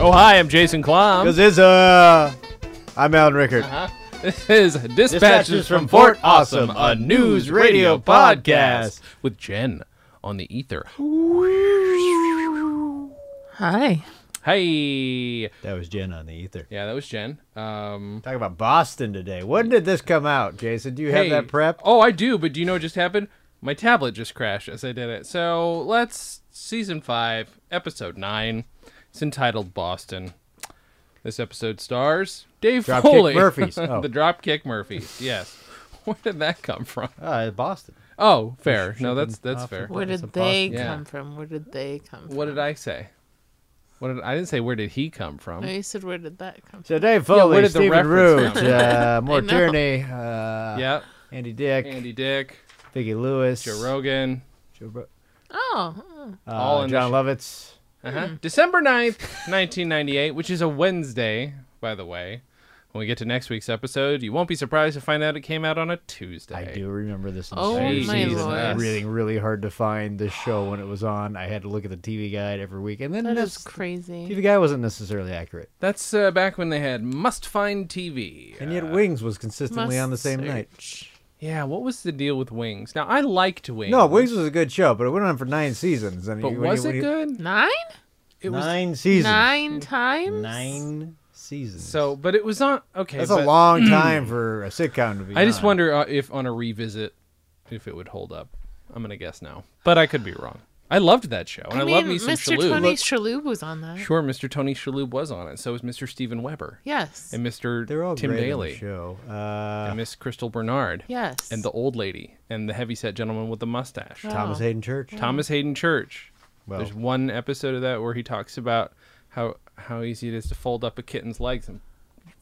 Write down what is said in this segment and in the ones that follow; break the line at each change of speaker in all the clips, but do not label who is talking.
Oh, hi, I'm Jason Klom.
Gaziza, I'm Alan Rickard.
Uh-huh. This is Dispatches, from Fort Awesome, a news radio podcast with Jen on the ether.
Hi.
Hey.
That was Jen on the ether.
Yeah, that was Jen. Um,
Talk about Boston today. When did this come out, Jason? Do you have
hey.
that prepped?
Oh, I do, but do you know what just happened? My tablet just crashed as I did it. So let's, season five, episode nine. It's entitled Boston. This episode stars Dave
Dropkick
Foley.
Murphys. Oh.
the Dropkick Murphys, yes. Where did that come from?
Uh, Boston.
Oh, fair. No, that's that's fair.
Where
It's
did
a
they
Yeah.
come from? Where did they come
What did I say? What did I didn't say? Where did he come from?
from? No, Oh, you said where did that come from?
Today,
where
Foley,
did the
Stephen
reference
Root,
come
uh, Moore
know.
Tierney, uh,
Yep.
Andy Dick,
Andy Dick,
Vicki Lewis,
Joe Rogan.
Joe Ro-
Oh, oh,
uh,
All in the
John
sh-
Lovitz.
Uh-huh.
Hmm.
December 9th, 1998, which is a Wednesday, by the way. When we get to next week's episode, you won't be surprised to find out it came out on a Tuesday.
I do remember this
Oh,
entire
my
season.
lord.
Really, really hard to find this show when it was on. I had to look at the TV guide every week, and then
that
this
is crazy.
TV guide wasn't necessarily accurate.
That's uh, back when they had Must Find TV.
And yet, Wings was consistently
Must
on the same night.
search.
yeah, what was the deal with Wings? Now, I liked Wings.
No, Wings was a good show, but it went on for nine seasons. And
But
you- when
was
you-
it
when you-
good?
Nine?
It was
Nine seasons.
Nine times?
Nine seasons.
So, but it was on Okay,
that's
but
a long time for a sitcom to be.
I just
on.
wonder uh, if on a revisit if it would hold up. I'm going to guess no, but I could be wrong. I loved that show, and I,
mean,
love me some
Mr.
Shalhoub.
Tony Shalhoub was on that.
Sure, Mr. Tony Shalhoub was on it. So was Mr. Steven Weber
Yes.
and Mr.
They're all
Tim
great
Daly
On the show. Uh,
and Miss Crystal Bernard
Yes.
and the old lady and the heavyset gentleman with the mustache,
Right.
Thomas
Oh.
Hayden Church.
Thomas Hayden Church.
Well.
There's one episode of that where he talks about how how easy it is to fold up a kitten's legs and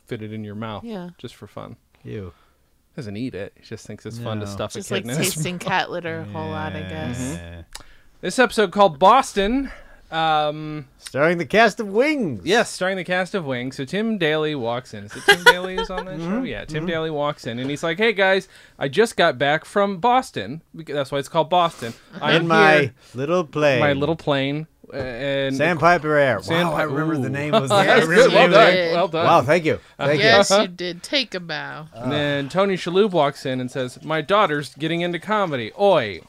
fit it in your mouth,
Yeah.
just for fun.
You. Ew.
Doesn't eat it. He just thinks it's fun to
No.
stuff
Just
a
like
kitten in his
tasting cat litter a whole lot, I guess.
Mm-hmm.
Yeah.
This episode called Boston. Um,
Starring the cast of Wings.
yes, starring the cast of Wings. So Tim Daly walks in. Is it Tim Daly who's on
Mm-hmm.
that show? Yeah, Tim Daly walks in and he's like, "Hey guys, I just got back from Boston. Beca- That's why it's called Boston. I'm
In my
here,
little play.
my little plane uh, and
Sandpiper Air.
Sand-
wow, I remember
Ooh.
the name of the I
That's
remember
good. Uh, Well
the name of the-
done.
it.
Well done.
Wow, thank you. Thank
Yes,
you.
you did. Take a bow.
And then Tony Shalhoub walks in and says, "My daughter's getting into comedy. Oi,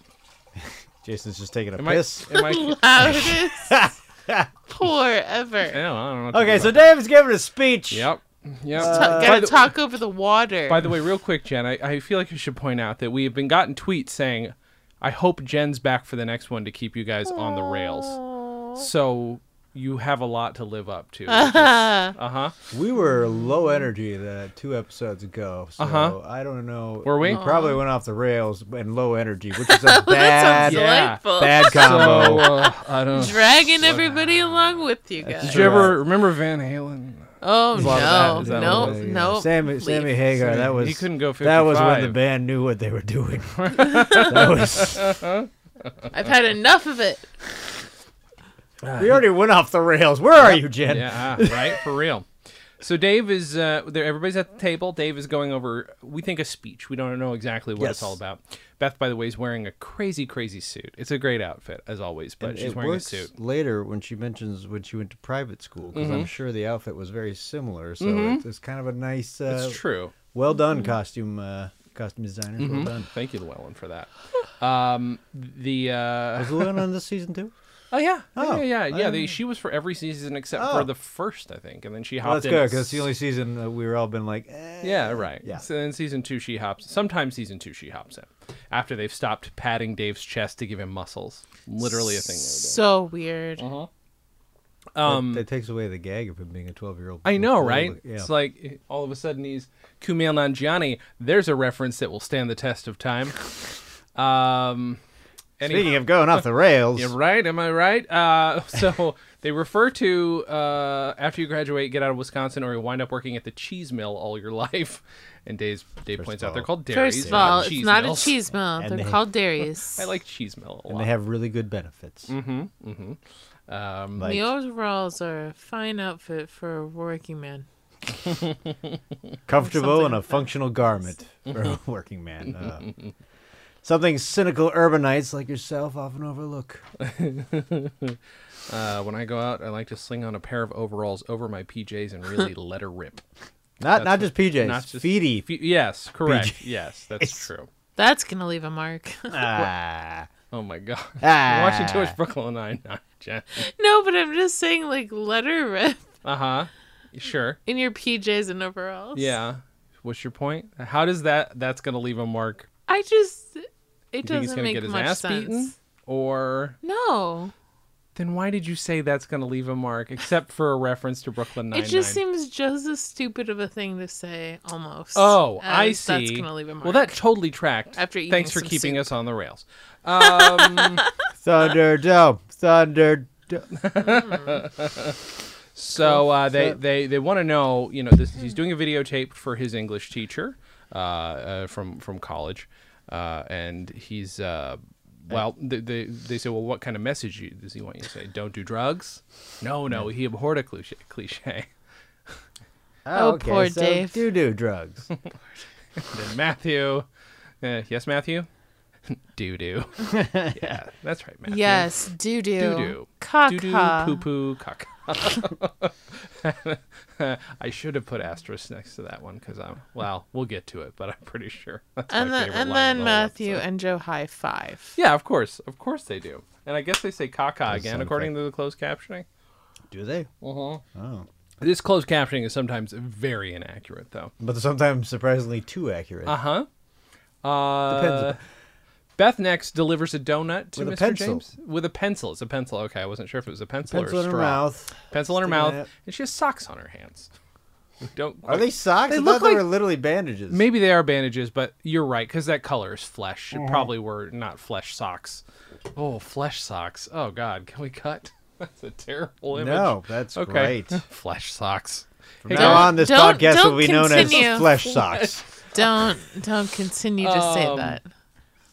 Jason's just taking a
am I?
piss.
Am I?" oh,
Loudest pour ever.
I don't, I don't know what to
Okay,
do
so Uh,
about-
David's giving a speech.
yep, yep.
Ta-
Uh, By
gotta
the-
talk over the water.
By the way, real quick, Jen, I, I feel like I should point out that we have been gotten tweets saying, I hope Jen's back for the next one to keep you guys on the rails.
Aw.
So you have a lot to live up to. Uh huh.
We were low energy the two episodes ago, so
Uh-huh.
I don't know.
Were we?
probably went off the rails and low energy, which is a bad,
Yeah.
Delightful.
bad
So
combo.
uh, I don't know.
dragging everybody along with you
Did
guys.
you ever remember Van Halen?
Oh
lot of
no,
that- is that
no,
all that-
Yeah.
no.
Sammy, Sammy Hagar. That was
he couldn't go 55.
that was when the band knew what they were doing. that was.
I've had enough of it.
We already went off the rails. Where are you, Jen?
Yeah, ah, right? For real. So Dave is uh, there. Everybody's at the table. Dave is going over. We think a speech. We don't know exactly what it's
Yes.
all about. Beth, by the way, is wearing a crazy, crazy suit. It's a great outfit as always, but
And
she's
it
wearing
works
a suit. Mm-hmm.
later when she mentions when she went to private school because I'm sure the outfit was very similar. So it's, it's kind of a nice, uh,
It's true. Mm-hmm.
well done costume uh, costume designer. Well done.
Thank you, Llewellyn, for that. Um, the uh,
Was Llewellyn on this season too?
oh yeah,
Oh,
yeah, yeah,
I
yeah. They, she was for every season except
Oh.
for the first, I think, and then she hopped
Well, that's
in.
good because the only season that we were all been like, eh.
yeah, right.
Yeah.
So in season two, she hops. Sometimes season two, she hops in after they've stopped patting Dave's chest to give him muscles. Literally a thing. Uh-huh. They
So weird.
would do. Um,
that takes away the gag of him being a 12 year old.
I know, right?
Yeah.
It's like all of a sudden he's Kumail Nanjiani. There's a reference that will stand the test of time. Um,
Speaking of going off the rails,
Yeah, right. Am I right? Uh, so They refer to uh, after you graduate, get out of Wisconsin, or you wind up working at the cheese mill all your life. And Dave's, Dave points
of
out they're
all-
called dairies.
First of
not
all, it's
cheese
not
mills.
a cheese mill.
And
They're
they-
called dairies.
I like cheese mill a
And they
lot.
have really good benefits.
Mm-hmm. um,
Like,
Meals rolls are a fine outfit for a working man.
comfortable
something
and a
like that.
functional garment for a working man. Uh, something cynical urbanites like yourself often overlook.
uh, when I go out, I like to sling on a pair of overalls over my PJs and really let her rip.
Not not just PJs,
not just-
feety.
If you- yes, correct. Yes, that's true.
That's gonna leave a mark.
Ah,
Oh my god!
Ah.
We're watching too much Brooklyn Nine Nine, Jen.
no, but I'm just saying, like, letter rip
Uh huh. Sure.
in your PJs and overalls.
Yeah. What's your point? How does that? That's gonna leave a mark.
I just, it
You think he's
doesn't
gonna
make
get his
much
ass
sense.
beaten? Or
No,
then why did you say that's gonna leave a mark? Except for a reference to Brooklyn Nine
it
Nine.
just seems just as stupid of a thing to say, almost.
Oh, I
as
see.
That's gonna leave a mark.
Well, that totally tracked.
After eating
Thanks for
some
keeping
soup.
us on the rails.
Thunderdome, Thunderdome.
So uh, they, they they want to know, you know, this, he's
Hmm.
doing a videotape for his English teacher uh, uh, from from college, uh, and he's uh, well, they, they they say, well, what kind of message you, does he want you to say? Don't do drugs? No, no, he abhorred a cliche. cliche.
Oh, poor
so
Dave.
Do do drugs.
Then Matthew, uh, yes, Matthew, doo doo. yeah, that's right, Matthew.
Yes, doo doo.
Doo doo. Doo doo poo poo cock. I should have put asterisk next to that one because I'm well, we'll get to it, but I'm pretty sure. That's my
And then,
favorite
and
line in
then
the whole
Matthew
episode.
and Joe high five.
Yeah, of course. Of course they do. And I guess they say caca again
sound
according to the closed captioning.
do they?
Uh-huh.
Oh,
This closed captioning is sometimes very inaccurate though.
but sometimes surprisingly too accurate.
Uh-huh. Uh
Depends
Beth next delivers a donut to
With a
Mr.
pencil.
James with a pencil. It's a pencil. Okay, I wasn't sure if it was a pencil, or
pencil
a
in her
straw.
mouth.
pencil in her
Sticking
mouth,
it.
and she has socks on her hands. Don't
Are they socks?
They
I
look
thought they
like-
were literally bandages.
Maybe they are bandages, but you're right because that color is flesh.
Uh-huh.
It probably were not flesh socks. Oh, flesh socks. Oh God, can we cut? That's a terrible image.
No, that's
Okay.
great.
flesh socks.
From
Hey,
now
guys.
on, this
don't-
podcast
don't
will be known as
continue.
Flesh Socks.
Don't don't continue to say
Um,
that.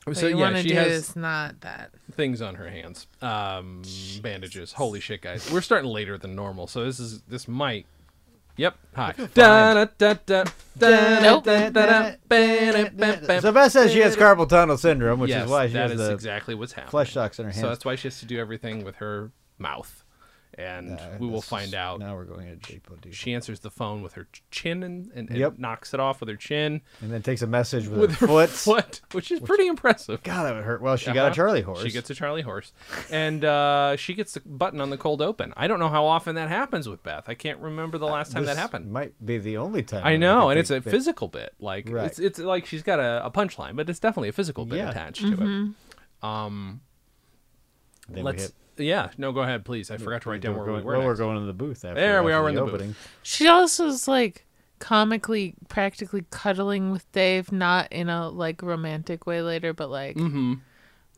What
so
you
yeah,
want to
she
do
has
is not that.
things on her hands. Um, bandages. Holy shit, guys. We're starting later than normal, so this is this might. Yep. Hi. Da, da, da, da,
Nope.
da, da, da, ba, ba, ba,
So Beth says she has carpal tunnel syndrome, which
yes,
is why she
that
has
is
the
exactly what's happening.
flesh socks in her hands.
So that's why she has to do everything with her mouth. And
Uh,
we will
this is-
find out.
Now we're going to Japo Dude.
She answers the phone with her ch- chin and, and, and
Yep.
knocks it off with her chin.
And then takes a message with,
With
her, foot.
What? Which is pretty impressive.
God, that would hurt. Well, she got a
Uh-huh.
Charlie horse.
She gets a Charlie horse. And uh, she gets the button on the cold open. I don't know how often that happens with Beth. I can't remember the last time
Uh, This
that happened.
Might be the only time.
I know, and it's a
think that-
physical bit. Like
Right.
it's it's like she's got a, a punchline, but it's definitely a physical bit
Yeah.
attached
Mm-hmm.
to
then
it.
we
Let's
hit-
yeah, no, go ahead, please. I forgot to write down
we're
where
going,
we were.
well, we're
next.
going to the booth. After,
There we
after
are, we're in the booth.
opening.
She also is like comically, practically cuddling with Dave, not in a like romantic way later, but like,
Mm-hmm.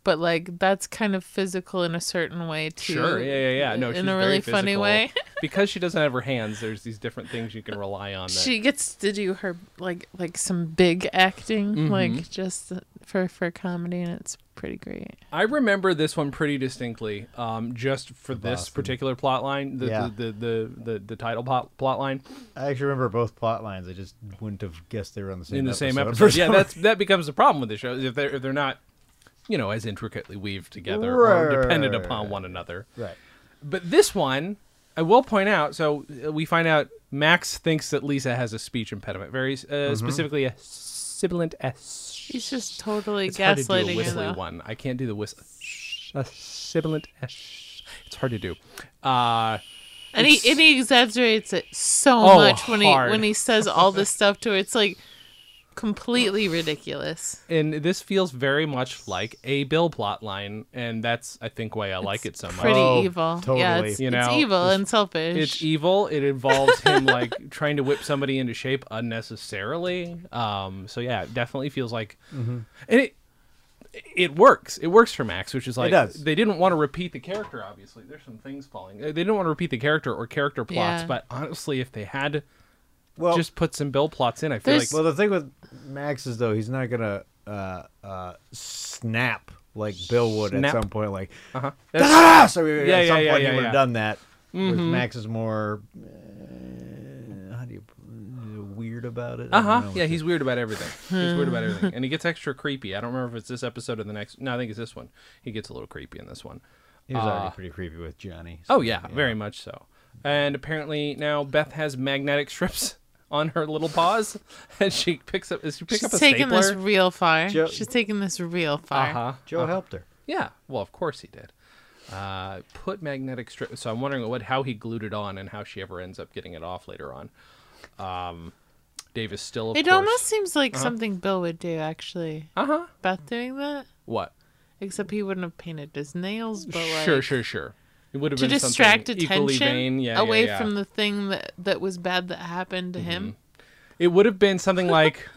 but like that's kind of physical in a certain way too.
Sure. Yeah, yeah, yeah. No,
in
she's
a
very
really funny
physical.
way.
because she doesn't have her hands. There's these different things you can rely on. That,
She gets to do her like like some big acting,
Mm-hmm.
like just for for comedy, and it's pretty great.
I remember this one pretty distinctly. Um, just for this
Boston.
particular plot line, the,
Yeah.
the, the, the, the the title plot, plot line
I actually remember both plot lines. I just wouldn't have guessed they were on the same
in the same
episode.
episode.
for
Yeah,
some
that's that becomes the problem with the show is if they're if they're not, you know, as intricately weaved together or dependent
Right.
upon one another.
Right.
But this one, I will point out. So uh, we find out Max thinks that Lisa has a speech impediment, very uh,
Mm-hmm.
specifically a sibilant s.
She's just totally
It's hard to do a
gaslighting her
whistly
though.
one. I can't do the whistle. A sibilant s. It's hard to do. Uh,
and he and he exaggerates it so
Oh,
much when
hard.
he when he says all this stuff to her. It's like completely ridiculous.
and this feels very much like a Bill plot line, and that's I think why I like it so much.
Pretty
Oh,
evil. Yeah,
totally.
it's,
You
it's
know,
evil and selfish.
It's e- evil. It involves him like trying to whip somebody into shape unnecessarily. Um, so yeah, it definitely feels like, and it it works. It works for Max, which is like
does.
they didn't want to repeat the character. Obviously, there's some things falling. Uh, They didn't want to repeat the character or character plots,
Yeah.
but honestly, if they had
Well,
just put some Bill plots in, I feel
There's-
like
well, the thing with Max is though he's not gonna uh, uh, snap like Bill would
Snap.
at some point. Like,
uh-huh. That's-
"Ah!" so we-
Yeah,
at
yeah,
some
yeah,
point
yeah,
he
yeah.
would
Mm-hmm.
have done that. Whereas Max is more uh, how do you uh, weird about it? I
Uh
don't know
huh.
what
Yeah,
to-
he's weird about everything. He's weird about everything, and he gets extra creepy. I don't remember if it's this episode or the next. No, I think it's this one. He gets a little creepy in this one.
he was
uh,
already pretty creepy with Johnny. so-
Oh yeah, very much so. And apparently now Beth has magnetic strips on her little paws, and she picks up. Does she pick
She's
up a
taking
stapler?
this real far.
Jo-
She's taking this real far.
uh huh.
Joe helped her.
Yeah. Well, of course he did. Uh, put magnetic strip. So I'm wondering what how he glued it on and how she ever ends up getting it off later on. Um, Dave is still. Of
It
course, Uh-huh.
almost seems like something Bill would do, actually.
Uh huh.
Beth doing that,
What?
except he wouldn't have painted his nails. But like,
sure, sure, sure. It would have
to
been
distract
something equally
attention
vain. Yeah, yeah,
away
yeah. Mm-hmm.
from the thing that that was bad that happened to him.
It would have been something like,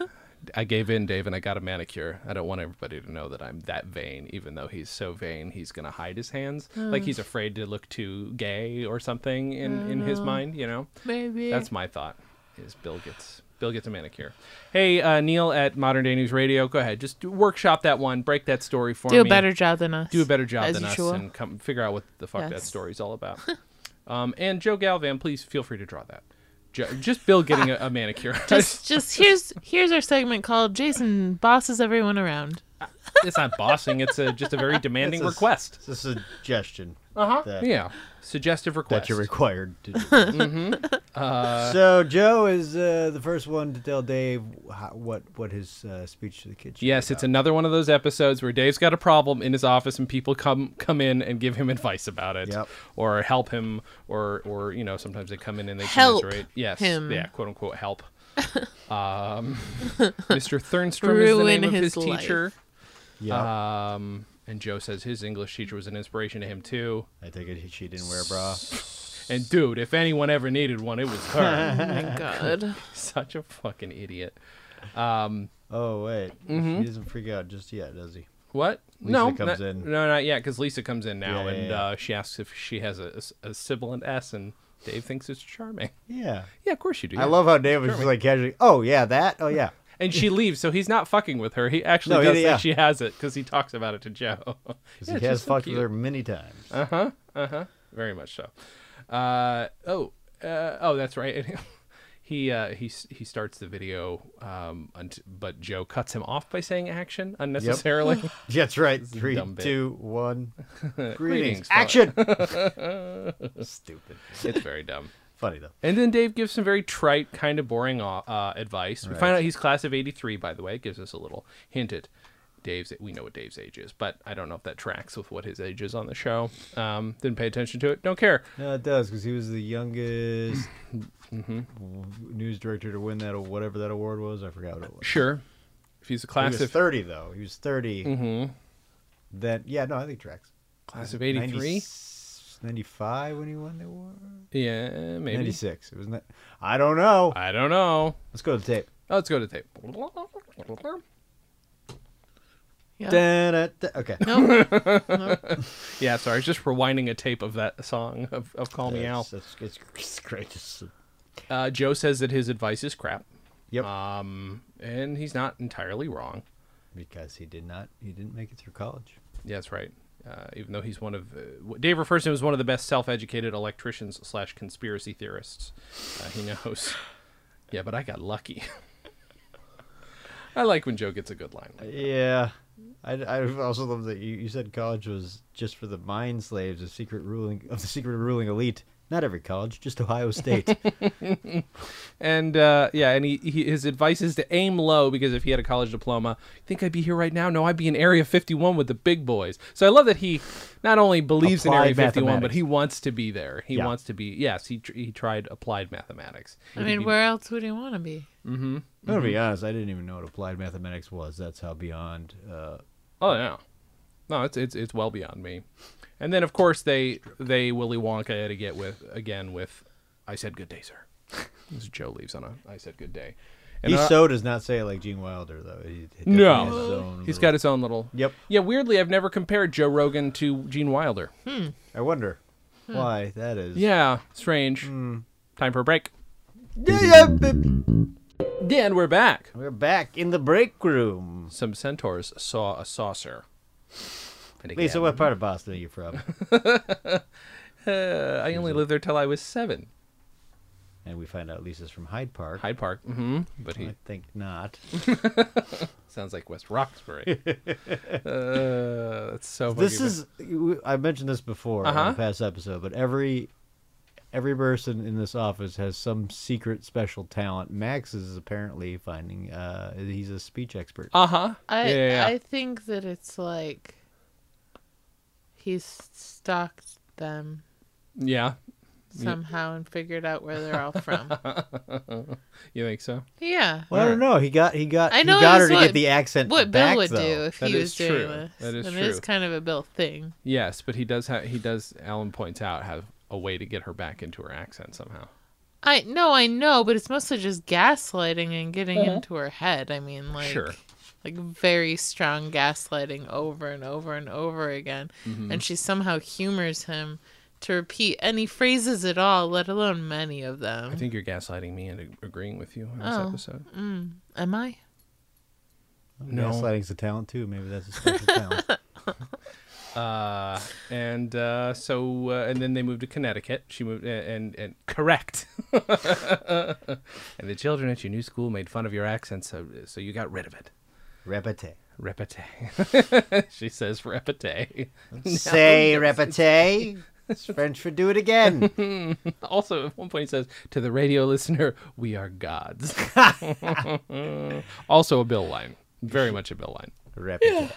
"I gave in, Dave, and I got a manicure. I don't want everybody to know that I'm that vain, even though he's so vain, he's gonna hide his hands, like
Mm.
he's afraid to look too gay or something in in
Mm.
his mind. You know,
Maybe
that's my thought. Is Bill gets Bill gets a manicure? Hey, uh, Neil at Modern Day News Radio, go ahead, just workshop that one, break that story for
do a
me
better job than us.
do a better job
as
than us
usual.
and come figure out what the fuck that
Yes.
story's all about. um, and Joe Galvan, please feel free to draw that. Jo- just Bill getting a, a manicure.
just just here's here's our segment called Jason bosses everyone around.
it's not bossing. It's a, just a very demanding
It's a s-
request.
It's a suggestion.
Uh-huh.
that-
yeah. Suggestive request.
that you're required to do.
Mm-hmm. Uh,
so Joe is uh, the first one to tell Dave how, what what his uh, speech to the kids. should be
yes, it's
about.
another one of those episodes where Dave's got a problem in his office and people come come in and give him advice about it
Yep.
or help him or or you know sometimes they come in and they
Help
commiserate. Yes.
him.
Yeah, quote unquote help. um, Mr. Thernstrom is the
Ruin
name of his,
his life.
teacher.
Yep.
Um, and Joe says his English teacher was an inspiration to him too.
I take it she didn't wear a bra.
And dude, if anyone ever needed one, it was her.
Oh my god.
Such a fucking idiot.
Oh wait,
Mm-hmm.
he doesn't freak out just yet, does he?
What?
Lisa
no, not-
comes in.
No, not yet, because Lisa comes in now,
Yeah, yeah,
and
yeah.
Uh, she asks if she has a, a sibilant S, and Dave thinks it's charming.
Yeah.
Yeah, of course you do.
I love how Dave was
Sure.
just like casually. Oh yeah, that. Oh yeah.
And she leaves, so he's not fucking with her. He actually
No, he-
does think
yeah.
she has it because he talks about it to Joe. Yeah,
he
she's
has
so
fucked
cute. Uh,
with her many times.
very much so. Uh, oh, uh, oh, that's right. he uh, he s- he starts the video, um, unt- but Joe cuts him off by saying "action" unnecessarily.
That's right.
a
Three,
dumb bit.
two, one. Greetings.
Greetings, fella.
Action. Stupid.
it's very dumb.
Funny though.
And then Dave gives some very trite, kind of boring uh, uh, advice. We find
Right.
out he's class of '83, by the way. It gives us a little hint at Dave's. We know what Dave's age is, but I don't know if that tracks with what his age is on the show. Um, didn't pay attention to it. Don't care.
No, it does because he was the youngest
Mm-hmm.
w- news director to win that or whatever that award was. I forgot what it was.
Sure. If he's a
he
class
was
of Mm-hmm.
thirty though. He was 30 Then yeah, no, I think tracks.
class of '83,
95 when he won the award.
yeah, maybe.
Ninety six. It was not. I don't know.
I don't know.
Let's go to the tape.
Oh, let's go to tape.
Yeah.
Da-da-da. Okay.
Nope.
Yeah, sorry, I was just rewinding a tape of that song of, of Call Me Out.
It's, it's, it's, it's great. It's-
Uh, Joe says that his advice is crap,
yep.
um, and he's not entirely wrong.
because he did not. He didn't make it through college.
Yeah, that's right. Uh, even though he's one of uh, what Dave refers to him as one of the best self-educated electricians slash conspiracy theorists, uh, he knows. Yeah, but I got lucky. I like when Joe gets a good line. like-
Yeah. I, I also love that you, you said college was just for the mind slaves of secret ruling of the secret ruling elite. Not every college, just Ohio State.
And uh, yeah, and he, he his advice is to aim low because if he had a college diploma, you think I'd be here right now? No, I'd be in Area 51 with the big boys. So I love that he not only believes in
Applied
Area 51, but
mathematics.
he wants to be there. He
Yeah.
wants to be. Yes, he tr- he tried applied mathematics.
I mean, where else would he want to be?
I'm gonna be honest. I didn't even know what applied mathematics was. That's how beyond. Uh,
Oh yeah, no, it's it's it's well beyond me. And then of course they they Willy Wonka had to get with again with I said good day sir. As Joe leaves on a I said good day, And uh,
he
I-
so does not say it like Gene Wilder though. He, he definitely
No.
has his own
he's
little-
got his own little.
Yep.
Yeah, weirdly, I've never compared Joe Rogan to Gene Wilder.
Hmm. I wonder
Hmm.
why that is.
Yeah, strange. Time for a break.
Hmm. Yeah, yeah. babe.
Then we're back.
We're back in the break room.
Some centaurs saw a saucer. And again,
Lisa, what part of Boston are you from?
uh, I only lived there till I was seven.
and we find out Lisa's from Hyde Park.
Hyde Park. hmm But he
I think not.
sounds like West Roxbury. uh, that's so.
this
fucking-
is you- I mentioned this before on
Uh-huh.
the past episode, but every every person in this office has some secret special talent. Max is apparently finding uh he's a speech expert.
Uh huh.
I
Yeah, yeah, yeah.
I think that it's like he's stalked them
Yeah.
somehow and figured out where they're all from.
You think so?
yeah.
Well, I don't know. He got he got
I
he
know
got
it
her
was
to
what-
get the accent
What
back,
Bill would do
though.
if
That
he
is
was doing
true.
this.
That is
and It is
true.
kind of a Bill thing.
Yes, but he does have. He does. Alan points out have a way to get her back into her accent somehow.
I no, I know, but it's mostly just gaslighting and getting into her head. I mean, like,
Sure.
like very strong gaslighting over and over and over again,
Mm-hmm.
and she somehow humors him to repeat any phrases at all, let alone many of them.
I think you're gaslighting me and ag- agreeing with you on this
Oh.
episode.
Am I?
No.
Gaslighting's a talent too. Maybe that's a special talent.
Uh, and uh, so, uh, and then they moved to Connecticut. She moved, and and, and correct. and the children at your new school made fun of your accent, so so you got rid of it.
Repete.
Repete, she says repete.
Say repete. It's French for do it again.
Also, at one point, he says to the radio listener, "We are gods." also, a bill line, very much a bill line.
repete.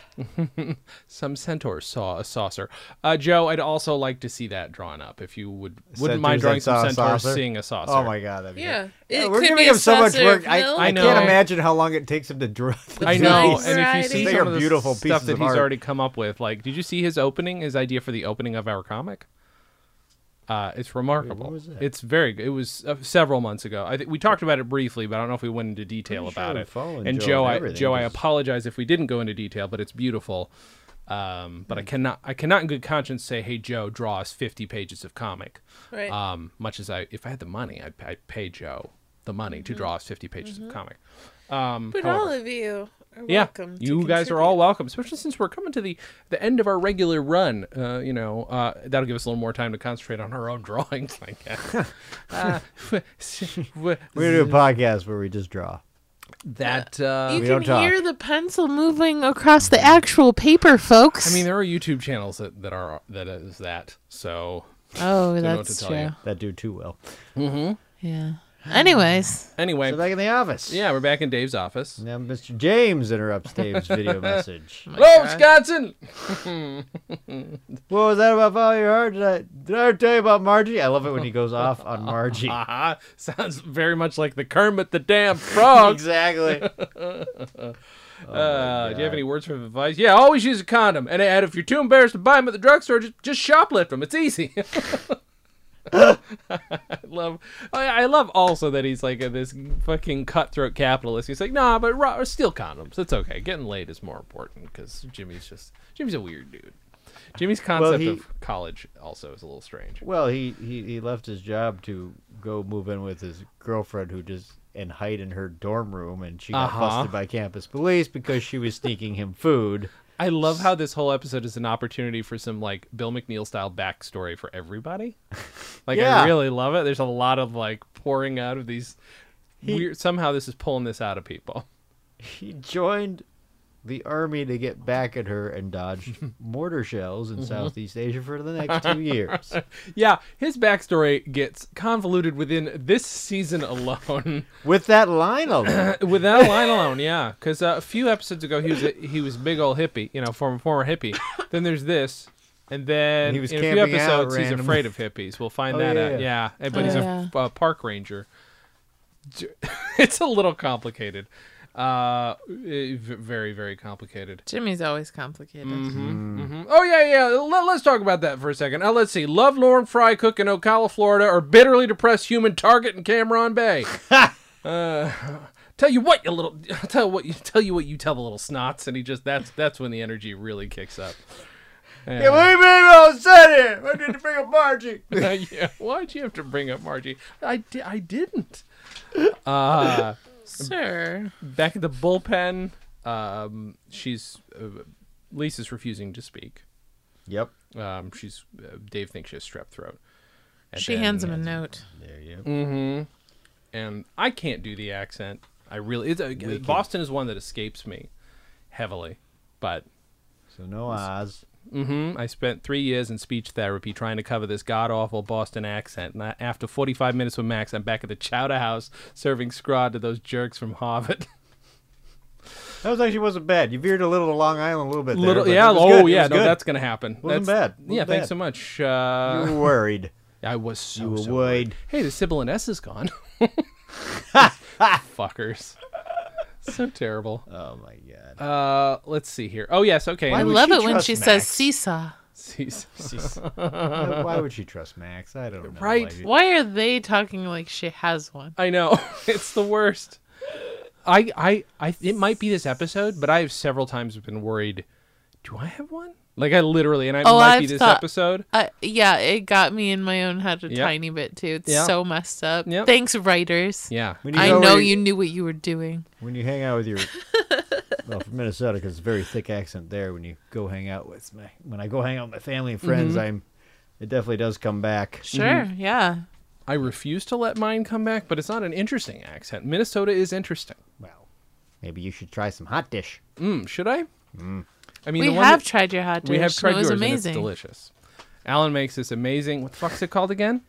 Some centaur saw a saucer. Uh, Joe, I'd also like to see that drawn up. If you would, wouldn't mind drawing some
Centaurs that saw a
centaurs
saucer?
seeing a saucer.
Oh my god. That'd be great.
It
We're
could
giving
be a
him so much
saucer
work. I,
mill.
I
know.
can't imagine how long it takes him to draw.
I know,
Nice.
and if you see
Variety.
They
some
are
of the
beautiful
stuff
pieces
that
of
he's
art.
already come up with, like, did you see his opening? His idea for the opening of our comic? Uh, it's remarkable.
was that?
It's very. good. It was uh, several months ago. I think we talked about it briefly, but I don't know if we went into detail
Pretty sure
about
we
it.
followed
and
Joe
Joe,
on
I,
everything,
Joe, I
'cause-
apologize if we didn't go into detail, but it's beautiful. Um, but I cannot, I cannot in good conscience say, "Hey, Joe, draw us fifty pages of comic."
Right.
Um, much as I, if I had the money, I'd, I'd pay Joe the money to draw us fifty pages of comic.
Mm-hmm.
Um,
but
however. all
of you are
Yeah, you guys are all welcome, especially since we're coming to the the end of our regular run. Uh, you know, uh, that'll give us a little more time to concentrate on our own drawings. I guess. uh, w-
We're gonna do a podcast where we just draw.
that. Uh,
We
You can
don't talk.
hear the pencil moving across the actual paper, folks.
I mean, there are YouTube channels that, that are that is that. So
oh,
know what
that's
to
true.
tell you.
That do too well.
Yeah. Anyways,
anyway,
So back in the office.
yeah, we're back in Dave's office.
Now Mr. James interrupts Dave's video message.
Hello, Wisconsin.
What was that about Follow Your Heart? Did I, did I ever tell you about Margie? I love it when he goes off on Margie.
Ah, sounds very much like the Kermit the Damn Frog.
exactly.
Uh, do you have any words of advice? Yeah, always use a condom. And, and if you're too embarrassed to buy them at the drugstore, just, just shoplift them. It's easy. I love, I, I love also that he's like uh this fucking cutthroat capitalist. He's like, nah, but ro- or steal condoms. It's okay. Getting laid is more important because Jimmy's just Jimmy's a weird dude. Jimmy's concept
he-
of college also is a little strange.
Well, he, he, he left his job to go move in with his girlfriend who just and hide in her dorm room and she got
Uh-huh.
busted by campus police because she was sneaking him food.
I love how this whole episode is an opportunity for some like Bill McNeil style backstory for everybody. Like I
Yeah.
really love it. There's a lot of like pouring out of these weird somehow this is pulling this out of people.
He joined the army to get back at her and dodged mortar shells
Mm-hmm.
in Southeast Asia for the next two years.
Yeah, his backstory gets convoluted within this season alone.
With that line alone.
With that line alone, yeah, because uh, a few episodes ago he was a, he was big old hippie, you know, former former hippie. then there's this, and then
He was
in a few
camping out
episodes he's
randomly.
afraid of hippies. We'll find
Oh,
that
yeah,
out. Yeah,
yeah.
and- but
Oh,
he's a
yeah.
uh, park ranger. J- It's a little complicated, uh, eh, v- very very complicated.
Jimmy's always complicated.
Mhm. Oh yeah, yeah. Let, let's talk about that for a second. Uh, let's see. Love Lauren Fry Cook in Ocala, Florida, or bitterly depressed human target in Cameron Bay. uh, tell you what, you little, I'll tell what you tell you what you tell the little snots, and he just that's that's when the energy really kicks up. And-
Leave me alone, sit here. I need to bring up Margie.
Uh, yeah, why'd you have to bring up Margie? I di- I didn't. Uh,
Sir.
back at the bullpen, um, she's uh, Lisa's refusing to speak.
Yep.
Um, she's uh, Dave thinks she has strep throat. And
She
then-
hands him a note.
There you go.
and I can't do the accent. I really it's, uh, Boston is one that escapes me heavily, but
So no
Mm.
eyes. Mm.
hmm I spent three years in speech therapy trying to cover this god awful Boston accent. And I, after 45 minutes with Max, I'm back at the Chowder House serving scrod to those jerks from Harvard.
That was actually wasn't bad. You veered a little to Long Island a little bit. There,
Little,
but it
yeah,
was
oh
good. It
yeah,
was
no,
good.
that's gonna happen.
Wasn't
That's-
bad. Wasn't
yeah, thanks
bad.
so much. Uh,
You were worried.
I was so
You were
so
worried.
Hey, the sibilant S is gone. Fuckers. So terrible.
Oh my god.
Uh, let's see here. Oh yes, okay.
Why
I
and we-
would
love
she
it when
trust
she
Max?
says seesaw.
Cease.
why, why would she trust Max? I don't know.
Right.
Like,
Why are they talking like she has one?
I know it's the worst. I, I, I. It might be this episode, but I have several times been worried. Do I have one? Like I literally, and I
Oh,
might be
I've
this
thought-
episode.
Uh, yeah, it got me in my own head a
Yep.
tiny bit too. It's
Yeah.
so messed up.
Yep.
Thanks, writers.
Yeah.
When
I
go
know
where
you knew what you were doing.
When you hang out with your. well, from Minnesota, because it's a very thick accent there. When you go hang out with my, when I go hang out with my family and friends,
Mm-hmm.
I'm. It definitely does come back.
Sure, yeah.
Mm-hmm. I refuse to let mine come back, but it's not an interesting accent. Minnesota is interesting.
Well, maybe you should try some hot dish.
Mm, should I? I mean, the
we
one
have
that-
tried your hot dish.
we have tried
and it was
yours,
amazing.
and it's delicious. Alan makes this amazing. What the fuck's it called again?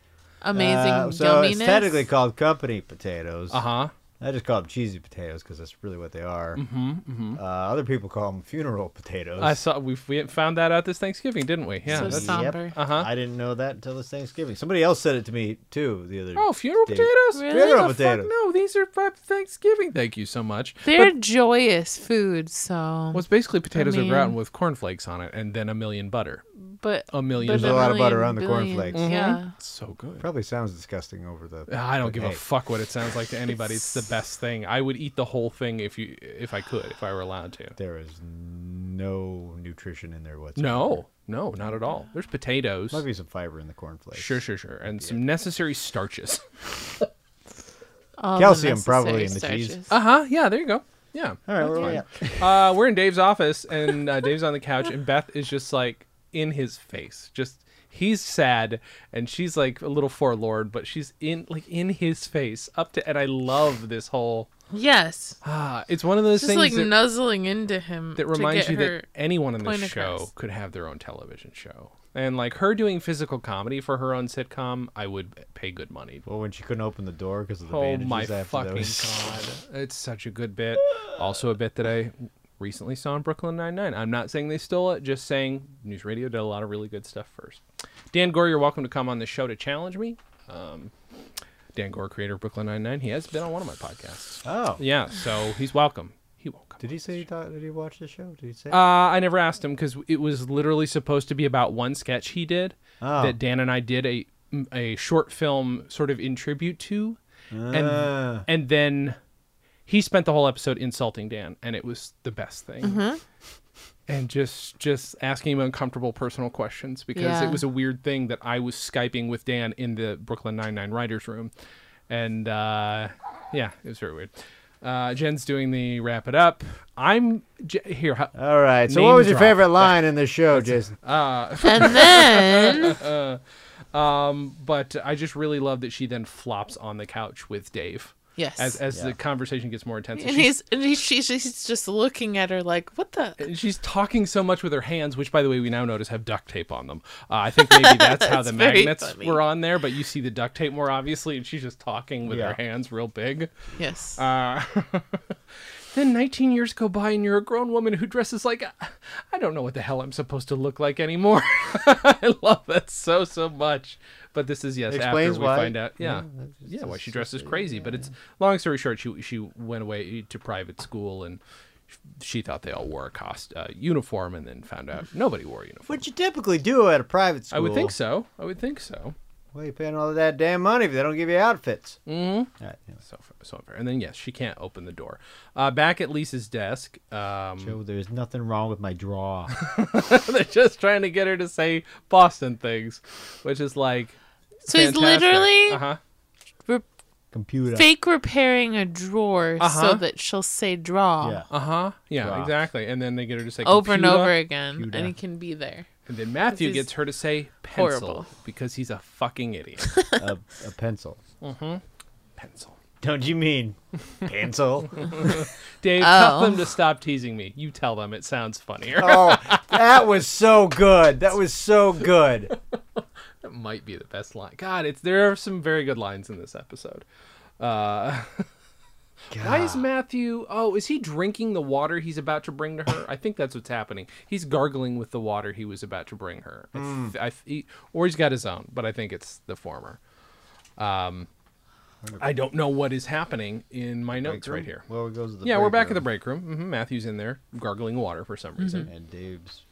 Amazing
Uh, so
yumminess.
it's technically called company potatoes.
Uh huh.
I just call them cheesy potatoes because that's really what they are. Mm-hmm, Uh, other people call them funeral potatoes.
I saw we we found that out this Thanksgiving, didn't we? Yeah.
So
that's-
some- Somber.
Uh-huh.
I didn't know that until this Thanksgiving. Somebody else said it to me too the other.
Oh, funeral
day.
potatoes?
Really?
Funeral
The fuck
potatoes.
no, these are for Thanksgiving. Thank you so much.
They're joyous food, so
Well, it's basically potatoes
mean-
with gratin with cornflakes on it and then a million butter.
but
A million Mm-hmm.
but
There's
a lot of butter
million
on the
billion-
cornflakes.
Yeah.
It's so good.
Probably sounds disgusting over the.
I don't
but
give a
hey.
fuck what it sounds like to anybody. It's the best thing. I would eat the whole thing if you if I could, if I were allowed to.
There is no nutrition in there whatsoever.
No. No, not at all. There's potatoes.
Might be some fiber in the cornflakes.
Sure, sure, sure. And some necessary starches.
All the
Calcium probably
necessary
in the cheese.
starches.
Uh-huh. Yeah, there you go. Yeah.
All right, well,
Uh, we're in Dave's office, and uh, Dave's on the couch, and Beth is just like in his face. Just he's sad, and she's like a little forlorn, but she's in like in his face up to. And I love this whole.
Yes.
Ah, it's one of those
Just
things
like
that,
nuzzling into him.
that
to
reminds
get
you
her-
that anyone in this
point
show
across.
could have their own television show, and like her doing physical comedy for her own sitcom, I would pay good money.
well, when she couldn't open the door because of the
Oh
bandages
my
after
fucking
those.
god! It's such a good bit. Also, a bit that I recently saw in Brooklyn Nine Nine. I'm not saying they stole it, just saying News Radio did a lot of really good stuff first. Dan Gore, you're welcome to come on the show to challenge me. Um, Dan Gore, creator of Brooklyn Nine Nine, he has been on one of my podcasts.
Oh,
Yeah, so he's welcome. He won't come.
Did he say he thought? Did he watch the show? Did he say?
Uh, I never asked him because it was literally supposed to be about one sketch he did
Oh.
that Dan and I did a a short film sort of in tribute to, and
Ah.
and then he spent the whole episode insulting Dan, and it was the best thing.
Mm-hmm.
And just just asking him uncomfortable personal questions because
Yeah.
it was a weird thing that I was skyping with Dan in the Brooklyn Nine Nine writers room, and uh, yeah, it was very weird. Uh, Jen's doing the wrap it up. I'm J- here. how-
All right. So, what
Name
was your
drop.
favorite line in the show, Jason?
And then
uh, um, but I just really love that she then flops on the couch with Dave.
Yes.
As as the conversation gets more intense, and
and
she's,
he's and he, she's, she's just looking at her like, what the?
and she's talking so much with her hands, which by the way we now notice have duct tape on them. Uh, I think maybe that's how the
That's very
magnets
funny.
were on there, but you see the duct tape more obviously, and she's just talking with her
Yeah.
hands real big.
Yes.
Uh, Then 19 years go by, and you're a grown woman who dresses like I don't know what the hell I'm supposed to look like anymore. I love that so so much. But this is yes
Explains
after we
why.
find out. Yeah, yeah, why she dresses crazy. But it's long story short, she she went away to private school and. She thought they all wore a cost uh, uniform, and then found out nobody wore a uniform.
What you typically do at a private school.
I would think so. I would think so.
Well, you're paying all of that damn money if they don't give you outfits. Mm-hmm.
So so unfair. And then yes, she can't open the door. Uh, back at Lisa's desk, um,
Joe, there's nothing wrong with my draw.
they're just trying to get her to say Boston things, which is like
So he's
fantastic.
literally
uh-huh.
re-
Computer.
fake repairing a drawer
Uh-huh.
so that she'll say draw
Yeah.
Uh huh. Yeah,
Wow.
exactly. And then they get her to say
over and
computer,
over again,
Computer.
and he can be there.
And then Matthew
This is
gets her to say pencil
horrible.
because he's a fucking idiot.
a, a pencil.
pencil.
Don't you mean pencil?
Dave, tell
Oh.
them to stop teasing me. You tell them it sounds funnier.
oh, that was so good. That was so good.
that might be the best line. God, it's there are some very good lines in this episode. Uh, why is Matthew? Oh, is he drinking the water he's about to bring to her? I think that's what's happening. He's gargling with the water he was about to bring her. I th- I th- he- or he's got his own, but I think it's the former. Um, I don't know what is happening in my notes right here.
Well, it goes to the
Yeah, we're back in the
break.
break room. hmm Matthew's in there gargling water for some reason.
room. And Dave's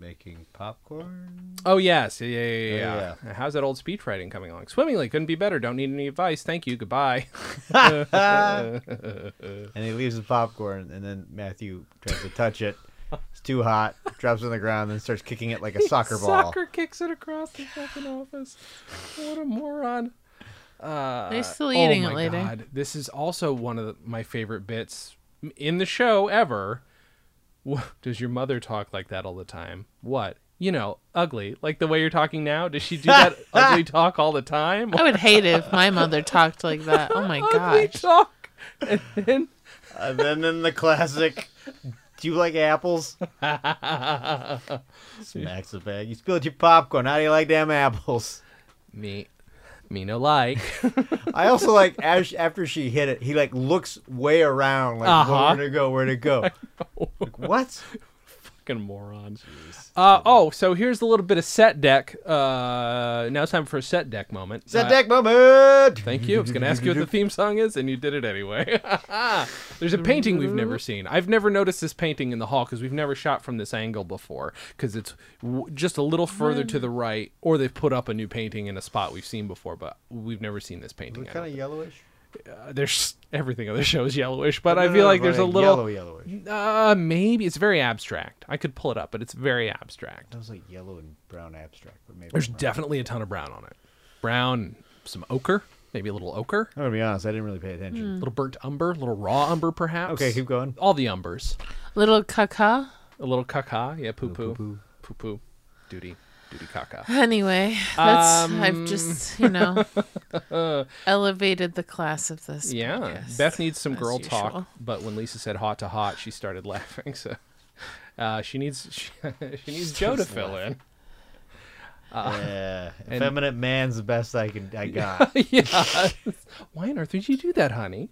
making popcorn.
Oh yes, yeah, yeah, yeah, yeah.
yeah.
How's that old speech writing coming along? Swimmingly, couldn't be better. Don't need any advice. Thank you. Goodbye.
And he leaves the popcorn, and then Matthew tries to touch it. It's too hot. Drops it on the ground, and starts kicking it like a soccer ball.
Soccer kicks it across the fucking office. What a moron.
They're still
oh
eating
my
it later.
god, this is also one of the, my favorite bits in the show ever. Wha- Does your mother talk like that all the time? What? You know, ugly. Like the way you're talking now. Does she do that ugly talk all the time?
I would hate it if my mother talked like that. Oh my
Ugly
gosh.
talk. And then
And then, then the classic. Do you like apples? Smacks the bag. You spilled your popcorn. How do you like damn apples?
me, me no like.
I also like as, after she hit it, he like looks way around, like
Uh-huh.
where to go, where to go. Like, what?
Fucking moron. Uh, oh, so here's the little bit of set deck. Uh, now it's time for a set deck moment.
Set
Uh,
deck moment.
Thank you. I was going to ask you what the theme song is, and you did it anyway. There's a painting we've never seen. I've never noticed this painting in the hall because we've never shot from this angle before because it's w- just a little further to the right, or they've put up a new painting in a spot we've seen before, but we've never seen this painting. I
Kind of
don't-
yellowish.
uh, there's everything on the show is yellowish, but I
No,
feel
no,
like
but
there's a little.
yellow, yellowish.
Uh, maybe it's very abstract. I could pull it up, but it's very abstract.
That was like yellow and brown abstract, but maybe
There's
I'm wrong.
definitely a ton of brown on it. Brown, some ochre, maybe a little ochre,
I'm gonna be honest. I didn't really pay attention.
a little burnt umber, a little raw umber, perhaps.
Okay, keep going.
All the umbers.
Little caca.
A little caca, yeah, poo poo, poo poo, duty, duty caca.
Anyway, that's
Um,
I've just, you know, elevated the class of this.
Yeah,
podcast,
Beth needs some girl
as
talk,
usual.
but when Lisa said hot to hot, she started laughing. So uh, she needs she, she needs Joe to fill in. Uh,
Yeah, effeminate man's the best I can. I got.
yeah. Why on earth did you do that, honey?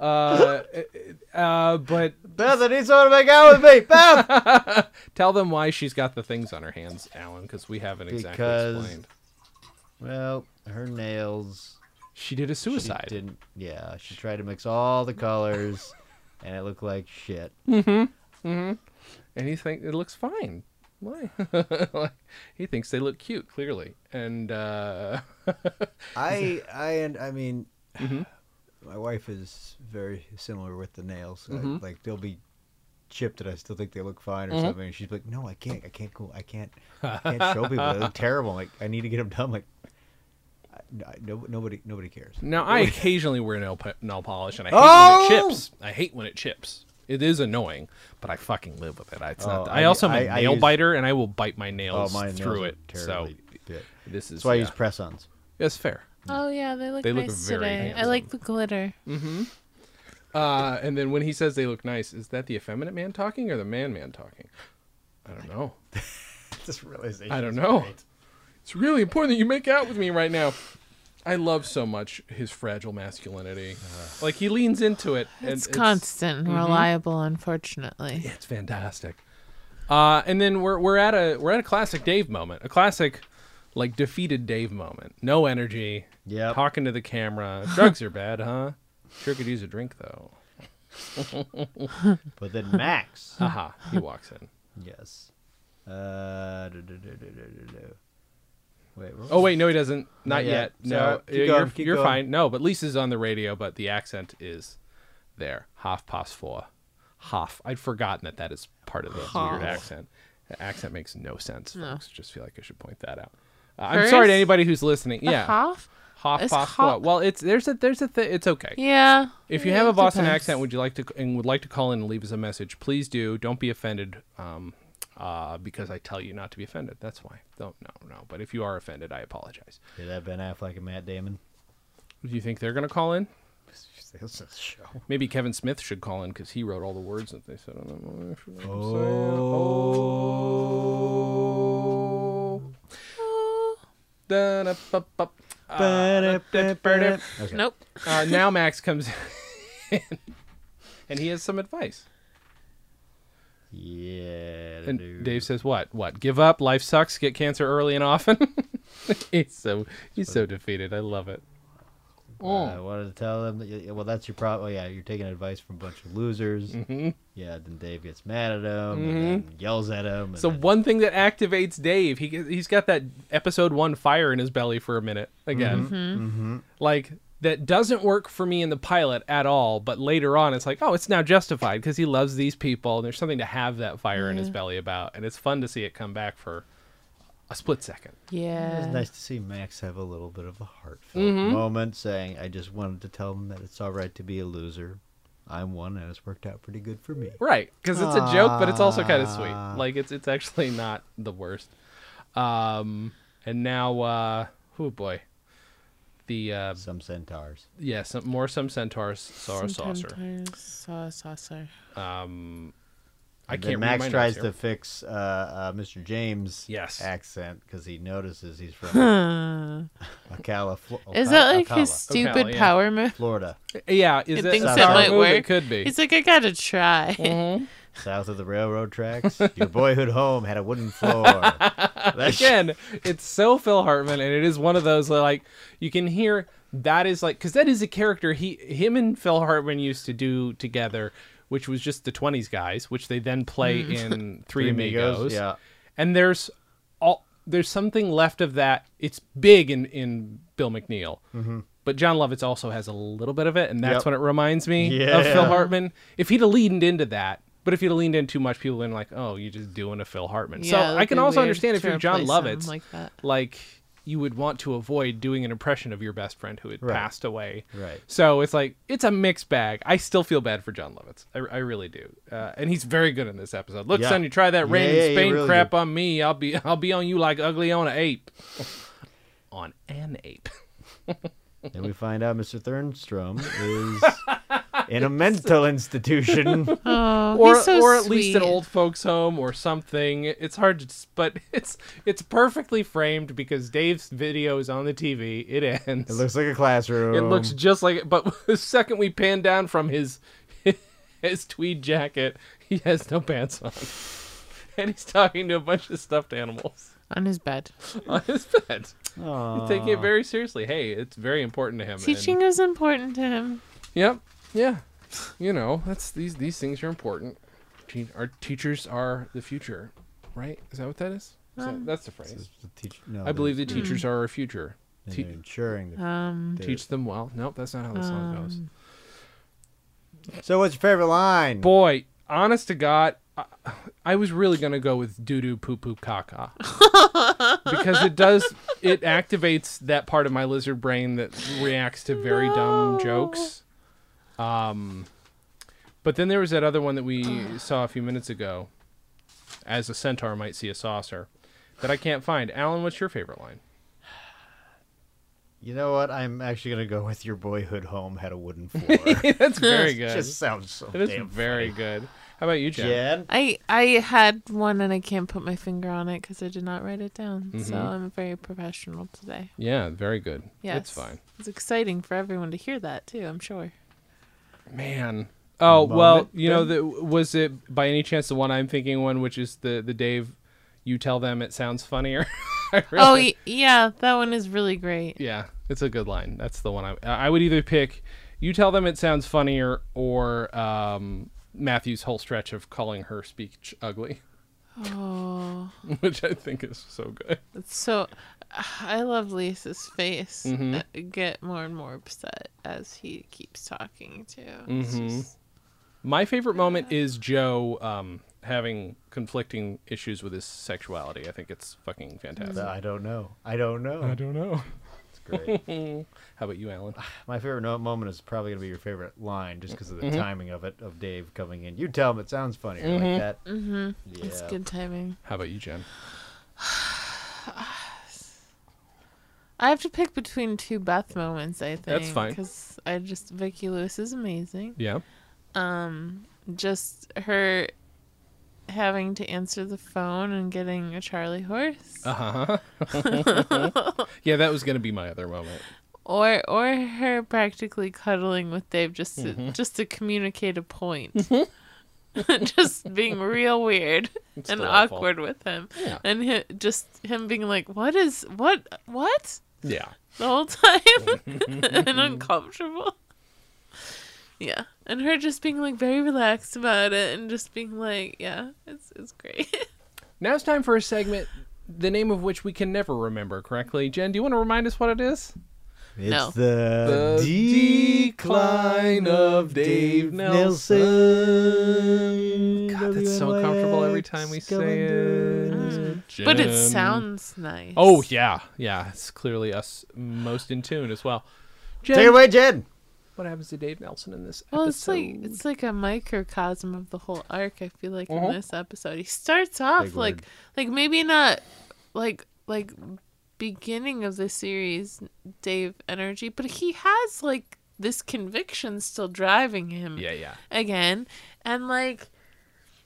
Uh, uh, but
Beth, I need someone to make out with me. Beth.
tell them why she's got the things on her hands, Alan, because we haven't exactly
Because-
explained.
well, her nails.
She did a
She
suicide.
didn't. Yeah, she tried to mix all the colors, and it looked like shit.
and he thinks it looks fine. Why? like, he thinks they look cute, clearly. And uh,
I, I, and I mean,
Mm-hmm.
my wife is very similar with the nails. I-
Mm-hmm.
like they'll be chipped, and I still think they look fine or something. And she's like, "No, I can't. I can't go. I can't. I can't show people. They look terrible. Like I need to get them done. Like I, I- no, nobody, nobody cares."
now I occasionally wear nail, po- nail polish, and I hate when it
Oh!
chips. I hate when it chips. It is annoying, but I fucking live with it. I, it's not,
Oh,
I,
I-
also am a
I- I
nail
use- Oh,
biter, and I will bite my nails
my
through
nails
it.
are
So
terribly bit.
this is
That's why I
yeah.
use press-ons.
That's fair.
Oh yeah, they look
They look
nice
very
today. I
handsome. Mm,
like the glitter.
Uh, and then when he says they look nice, is that the effeminate man talking or the man man talking? I don't know.
This realization.
I don't know. It's really important that you make out with me right now. I love so much his fragile masculinity. Like he leans into it. And
It's, constant
mm-hmm.
and reliable, unfortunately.
It's fantastic. Uh, and then we're we're at a we're at a classic Dave moment, a classic like defeated Dave moment. No energy.
Yep.
Talking to the camera. Drugs are bad, huh? Sure could use a drink though.
But then Max.
Hmm.
Aha. He walks in.
yes. Uh, do, do, do, do, do, do, do. Wait, what?
Oh wait, no, he doesn't. Not,
Not
yet.
yet.
No,
So, keep
you're,
going, keep
you're
going.
fine. No, but Lisa's on the radio, but the accent is there. Half past four. Half. I'd forgotten that that is part of the
Half.
weird accent. The accent makes no sense. Folks. Just feel like I should point that out. Uh, I'm
Hers?
sorry to anybody who's listening.
The
yeah,
Half?
half
It's
past
hop-
four. Well, it's there's a there's a thi- it's okay.
Yeah.
If you
yeah,
have a
it
Boston
depends.
accent, would you like to and would like to call in and leave us a message? Please do. Don't be offended, um, uh, because I tell you not to be offended. That's why. Don't no no. But if you are offended, I apologize.
Did that Ben Affleck and Matt Damon?
Do you think they're gonna call in?
That's a show.
Maybe Kevin Smith should call in because he wrote all the words that they said on that movie.
Oh.
Da-da-ba-ba.
Okay.
Nope.
Uh, now Max comes in, and he has some advice.
Yeah.
And
dude.
Dave says, "What? What? Give up? Life sucks. Get cancer early and often." he's so he's so defeated. I love it.
Uh, I wanted to tell them. That, you- well, that's your problem. Yeah, you're taking advice from a bunch of losers. Mm-hmm. Yeah. Then Dave gets mad at him and then yells at him. And
Mm-hmm. So
then-
one thing that activates Dave, he he's got that episode one fire in his belly for a minute again, like that doesn't work for me in the pilot at all. But later on, it's like, oh, it's now justified because he loves these people, and there's something to have that fire in his belly about, and it's fun to see it come back for a split second.
It was
Yeah. Mm-hmm.
nice to see Max have a little bit of a heartfelt moment, saying, "I just wanted to tell them that it's all right to be a loser. I'm one, and it's worked out pretty good for me."
Right, because it's a joke, but it's also kind of sweet. Like it's it's actually not the worst. Um, and now, uh, oh boy, the uh,
Some centaurs.
yeah, some more some centaurs saw a saucer.
Sometimes Saw a saucer.
I
And then
can't. read
Max
my
tries
notes
to
here.
fix uh, uh, Mr. James'
Yes.
accent because he notices he's from Ocala, Flo-
Uh, Is
Oca-
that like his
Ocala,
stupid
yeah.
power move?
Florida,
Yeah, is
It
it
thinks
South
it
Star
might
move,
work.
It could be.
He's like, I gotta try.
south of the railroad tracks. Your boyhood home had a wooden floor. That's
Again, it's so Phil Hartman, and it is one of those where, like you can hear that is like because that is a character he him and Phil Hartman used to do together, which was just the twenties guys, which they then play
Mm.
in Three,
Three
Amigos.
Amigos, yeah.
and there's all there's something left of that. It's big in in Bill McNeil. But John Lovitz also has a little bit of it, and that's
Mm-hmm. Yep.
when it reminds me of Phil
Yeah.
Hartman. If he'd have leaned into that, but if he'd have leaned in too much, people would have been like, "Oh, you're just doing a Phil Hartman."
Yeah,
so
it'd
I can
be
also
weird
understand if
to
you're John
replace him
Lovitz, like,
like that.
you would want to avoid doing an impression of your best friend who had
Right.
passed away.
Right.
So it's like it's a mixed bag. I still feel bad for John Lovitz. I, I really do, uh, and he's very good in this episode. Look,
Yeah.
son, you try that
Yeah,
random
yeah, you
Spain
really
crap
do.
on me, I'll be I'll be on you like ugly on an ape, on an ape.
And we find out Mr. Thernstrom is in a mental institution.
Oh,
or,
he's so
or at least an
sweet.
old folks home or something. It's hard to, s- but it's it's perfectly framed because Dave's video is on the TV. It ends.
It looks like a classroom.
It looks just like. But the second we pan down from his his tweed jacket, he has no pants on, and he's talking to a bunch of stuffed animals
on his bed.
on his bed.
Aw.
He's taking
Ah.
it very seriously. Hey, it's very important to him. and-
Teaching is important to him.
Yep. Yeah. You know, that's these these things are important. Te- Our teachers are the future, right? Is that what that is? Is that- that's the phrase.
The teach- no,
I believe
they're-
the teachers are our future.
they're
Te-
ensuring that
Um,
they're-
teach them well. Nope, that's not how the song goes.
So, what's your favorite line?
Boy, honest to God, I, I was really gonna go with doo doo poo poo caca because it does it activates that part of my lizard brain that reacts to very dumb jokes. Um, but then there was that other one that we saw a few minutes ago, as a centaur might see a saucer, that I can't find. Alan, what's your favorite line?
You know what? I'm actually gonna go with your boyhood home had a wooden floor.
That's very good.
just sounds so
it is
damn
very good. How about you, Jen?
Jen.
I I had one and I can't put my finger on it because I did not write it down.
Mm-hmm.
So I'm very professional today.
Yeah, very good.
Yes,
It's fine.
It's exciting for everyone to hear that too. I'm sure.
Man. Oh well,
Moment,
you know, the, was it by any chance the one I'm thinking one, which is the the Dave, you tell them it sounds funnier. I
Oh
really-
y- yeah, that one is really great.
yeah, it's a good line. That's the one I I would either pick. You tell them it sounds funnier, or um, Matthew's whole stretch of calling her speech ugly.
Oh,
which I think is so good.
it's so. I love Lisa's face.
Mm-hmm.
I get more and more upset as he keeps talking too. It's
Mm-hmm.
just-
My favorite moment is Joe um, having conflicting issues with his sexuality. I think it's fucking fantastic.
I don't know. I don't know.
don't know.
It's great.
How about you, Alan?
My favorite no- moment is probably gonna be your favorite line, just because of
Mm-hmm.
the timing of it, of Dave coming in. You tell him it sounds funnier like that. Mm-hmm. Yeah.
It's good timing.
How about you, Jen?
I have to pick between two Beth moments. I think
That's fine.
because I just Vicki Lewis is amazing.
Yeah.
Just her having to answer the phone and getting a Charlie
Uh,
horse,
Uh-huh. Yeah, that was going to be my other moment.
or or her practically cuddling with Dave just to,
Mm-hmm.
just to communicate a point. just being real weird and
delightful.
awkward with him,
Yeah.
and hi just him being like, "What is what what?"
Yeah.
the whole time and uncomfortable. Yeah, and her just being like very relaxed about it and just being like, yeah, it's it's great.
Now it's time for a segment, the name of which we can never remember correctly. Jen, do you want to remind us what it is?
It's
No.
the,
Decline of Dave
Nelson.
God, that's so comfortable every time we say it.
But it sounds nice.
Oh yeah, yeah. It's clearly us most in tune as well. Jen,
Take it away, Jed.
what happens to Dave Nelson in this
Well, it's
episode?
like it's like a microcosm of the whole arc. I feel like
Uh-huh.
in this episode, he starts off
Big
like
word.
like maybe not like like beginning of the series Dave energy, but he has like this conviction still driving him.
yeah, yeah.
again and like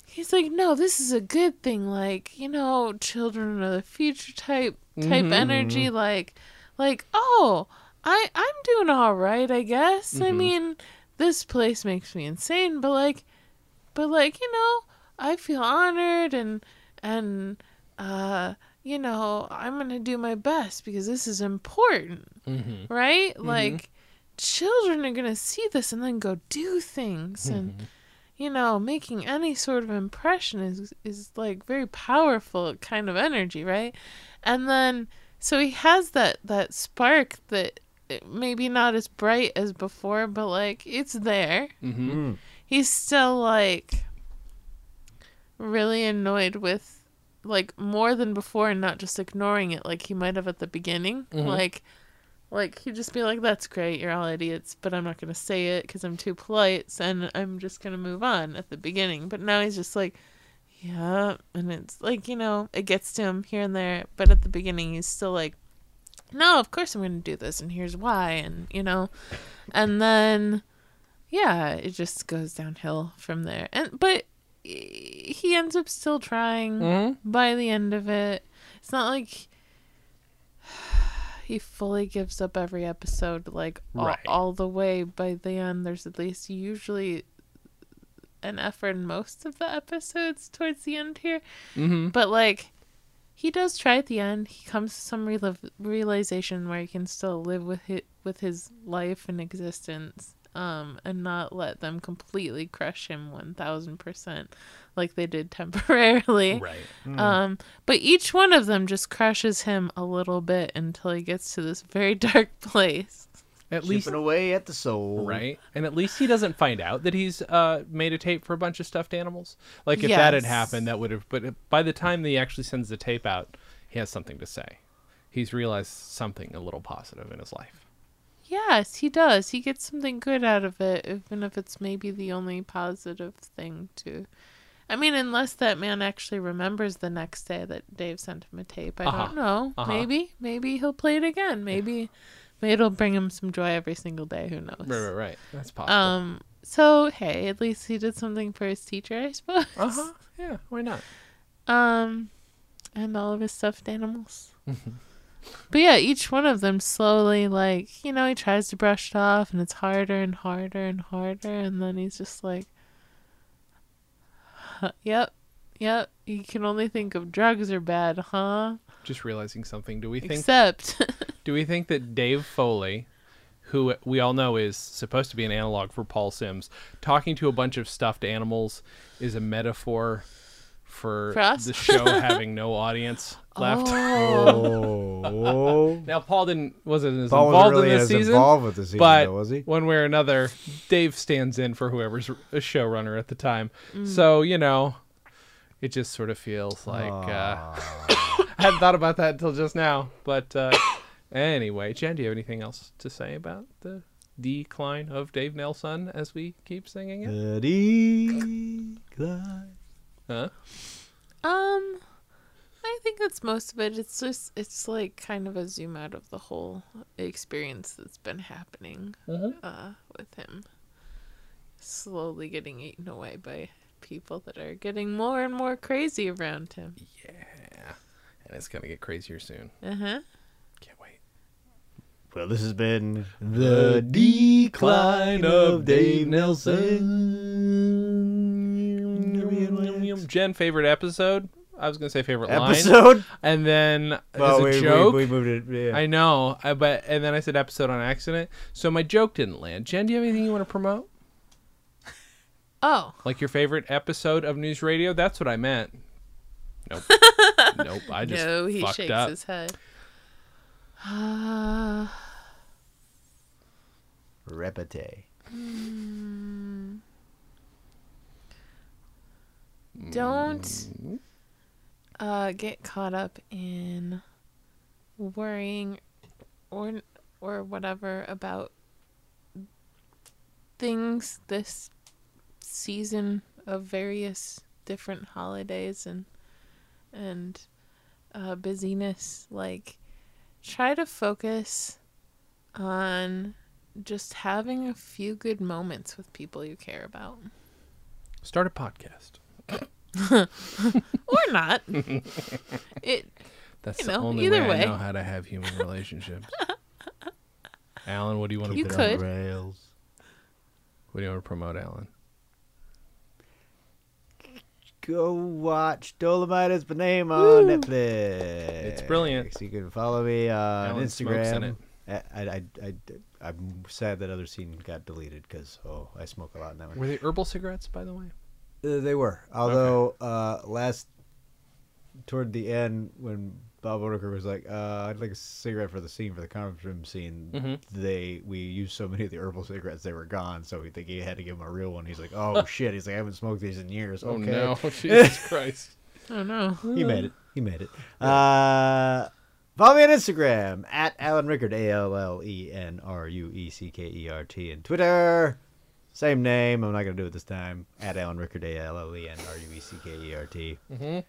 he's like no this is a good thing like you know children are the future type type energy like like oh i i'm doing all right i guess i mean this place makes me insane but like but like you know i feel honored and and uh you know i'm gonna do my best because this is important right like children are gonna see this and then go do things and you know making any sort of impression is is like very powerful kind of energy right and then so he has that that spark that it- maybe not as bright as before but like it's there
Mm.
he's still like really annoyed with like more than before and not just ignoring it like he might have at the beginning like like he'd just be like that's great you're all idiots but i'm not going to say it because i'm too polite and i'm just going to move on at the beginning but now he's just like yeah and it's like you know it gets to him here and there but at the beginning he's still like no of course i'm going to do this and here's why and you know and then yeah it just goes downhill from there and but he ends up still trying by the end of it it's not like he fully gives up every episode like all,
Right.
all the way by the end there's at least usually an effort in most of the episodes towards the end here
Mm-hmm.
but like he does try at the end he comes to some rela- realization where he can still live with his, with his life and existence um and not let them completely crush him 1000% like they did temporarily
Right.
um, but each one of them just crushes him a little bit until he gets to this very dark place.
At least
Chipping away at the soul.
right, and at least he doesn't find out that he's uh, made a tape for a bunch of stuffed animals. Like if that had
Yes.
happened, that would have. But by the time he actually sends the tape out, he has something to say. He's realized something a little positive in his life.
Yes, he does. He gets something good out of it, even if it's maybe the only positive thing to. I mean, unless that man actually remembers the next day that Dave sent him a tape. I
Uh-huh.
don't know.
Uh-huh.
Maybe. Maybe he'll play it again. Maybe. Maybe it'll bring him some joy every single day. Who knows?
Right, right, right. That's possible.
Um. So, hey, at least he did something for his teacher, I suppose.
uh huh. Yeah. Why not?
Um, and all of his stuffed animals.
Mm-hmm.
but yeah, each one of them slowly, like, you know, he tries to brush it off and it's harder and harder and harder. And then he's just like, "Huh, yep, yep, you can only think of drugs are bad, huh?
Just realizing something. Do we think
Except,
Do we think that Dave Foley, who we all know is supposed to be an analog for Paul Sims, talking to a bunch of stuffed animals is a metaphor for,
For us?
the show having no audience left.
Oh.
Oh,
Now Paul didn't wasn't as
Paul wasn't
involved
really
in this
as
season,
involved with the season,
but
though, was he?
one way or another, Dave stands in for whoever's a showrunner at the time. So you know, it just sort of feels like uh, I hadn't thought about that until just now. But uh, anyway, Jen, do you have anything else to say about the decline of Dave Nelson as we keep singing it?
The decline.
Huh? Oh.
Um, I think that's most of it. It's just it's like kind of a zoom out of the whole experience that's been happening uh, with him, slowly getting eaten away by people that are getting more and more crazy around him.
And it's gonna get crazier soon.
Uh huh.
Can't wait.
Well, this has been the decline of Dave Nelson.
Jen, favorite episode? I was gonna say favorite line,
Episode?
and then
Well,
as a
we, we-
joke,
we moved it. Yeah.
I know, I, but and then I said episode on accident, so my joke didn't land. Jen, do you have anything you want to promote?
Oh,
Like your favorite episode of News Radio? That's what I meant. Nope. nope. I just
no, he
fucked
shakes
up.
his head. Uh,
Repete.
don't uh, get caught up in worrying or or whatever about things this season of various different holidays and and uh, busyness like try to focus on just having a few good moments with people you care about
Start a podcast.
or not it
That's
You
the
know,
only way,
either
I
way.
know how to have human relationships. Alan, what do you want to
You
promote?
could.
Rails.
What do you want to promote, Alan?
Go watch Dolomite is the name on Netflix.
It's brilliant.
You can follow me uh, on
Alan smokes in
Instagram. I, I, I, I, am sad that other scene got deleted because oh, I smoke a lot in that one.
Were they herbal cigarettes, by the way?
Uh, they were, although uh, last toward the end when Bob Odenkirk was like, uh, "I'd like a cigarette for the scene for the conference room scene,"
Mm-hmm.
they we used so many of the herbal cigarettes they were gone, so we think he had to give him a real one. He's like, "Oh shit!" He's like, "I haven't smoked these in years."
Oh
okay.
no, Jesus Christ!
Oh no.
He
Mm.
made it. He made it. Uh, follow me on Instagram at Alan Rickard, A L L E N R U E C K E R T, and Twitter. Same name. I'm not going to do it this time. At Alan Rickard, A L L E N R U E C K E R T.
Mm-hmm.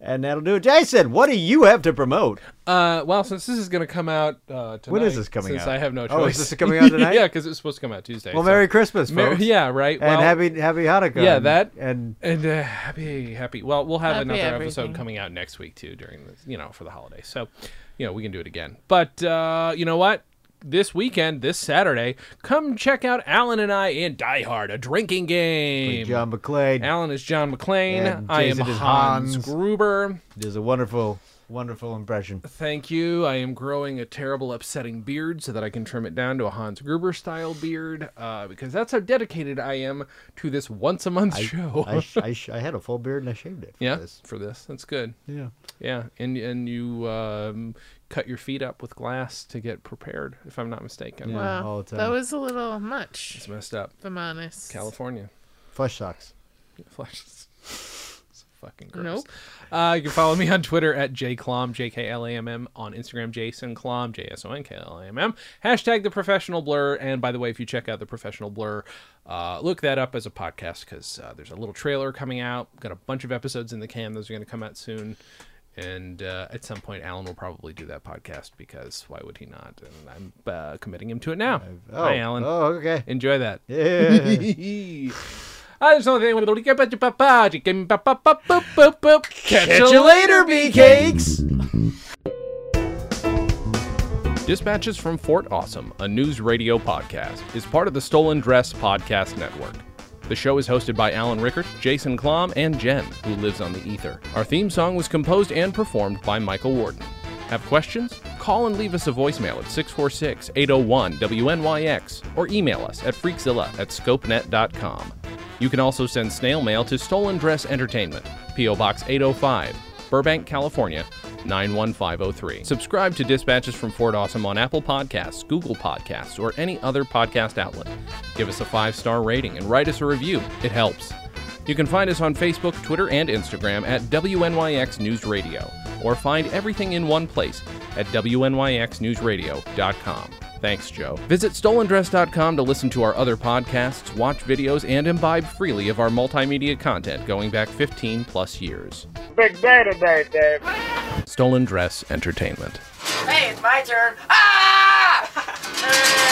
And that'll do it. Jason, what do you have to promote?
Uh, well, since this is gonna come out uh, tonight,
When is this coming
since
out?
I have no choice.
Oh, is this coming out tonight?
yeah, because it's supposed to come out Tuesday.
Well,
so-
Merry Christmas,
Mer-
folks.
yeah, right.
And
well,
happy happy Hanukkah.
Yeah, that-
and
and uh, happy, happy. Well, we'll have
Happy
another episode
everything.
coming out next week too, during the you know for the holiday. So, you know, we can do it again. But uh, you know what? This weekend, this Saturday, come check out Alan and I in Die Hard, a drinking game.
John McClay.
Alan is John McClane.
And
I am
Jason is
Hans,
Hans.
Gruber.
does a wonderful, wonderful impression.
Thank you. I am growing a terrible, upsetting beard so that I can trim it down to a Hans Gruber style beard uh, because that's how dedicated I am to this once a month show.
I, sh- I, sh- I had a full beard and I shaved it. for
yeah,
this.
for this, that's good.
Yeah.
Yeah, and and you um, cut your feet up with glass to get prepared, if I'm not mistaken.
Yeah.
Wow.
all the time.
That was a little much,
It's messed up.
if I'm honest.
California.
Flesh socks.
flashes. It's fucking gross.
Nope.
Uh, you can follow me on Twitter at jclom, J K L A M M, on Instagram Jason Klom, J S O N K L A M M. Hashtag the professional blur. And by the way, if you check out the professional blur, uh, look that up as a podcast because uh, there's a little trailer coming out. Got a bunch of episodes in the can. Those are going to come out soon. And uh, at some point, Alan will probably do that podcast because why would he not? And I'm uh, committing him to it now.
Oh,
Hi, Alan.
Oh, okay.
Enjoy that.
Yeah.
I just don't think I'm gonna get you, papa. You can pop, pop, pop, boop, boop, boop. Catch you
later, bee cakes.
Dispatches from Fort Awesome, a news radio podcast, is part of the Stolen Dress Podcast Network. The show is hosted by Alan Rickert, Jason Klom, and Jen, who lives on the ether. Our theme song was composed and performed by Michael Warden. Have questions? Call and leave us a voicemail at oh 646 801 WNYX or email us at freakzilla at scopenet.com.
You can also send snail mail to Stolen Dress Entertainment, P.O. Box 805, Burbank, California 91503. Subscribe to Dispatches from Fort Awesome on Apple Podcasts, Google Podcasts, or any other podcast outlet. Give us a five star rating and write us a review, it helps. You can find us on Facebook, Twitter, and Instagram at WNYX News Radio, or find everything in one place at WNYXNewsRadio.com. Thanks, Joe. Visit stolendress.com to listen to our other podcasts, watch videos, and imbibe freely of our multimedia content going back 15 plus years.
Big day today, Dave.
Stolen Dress Entertainment.
Hey, it's my turn. Ah!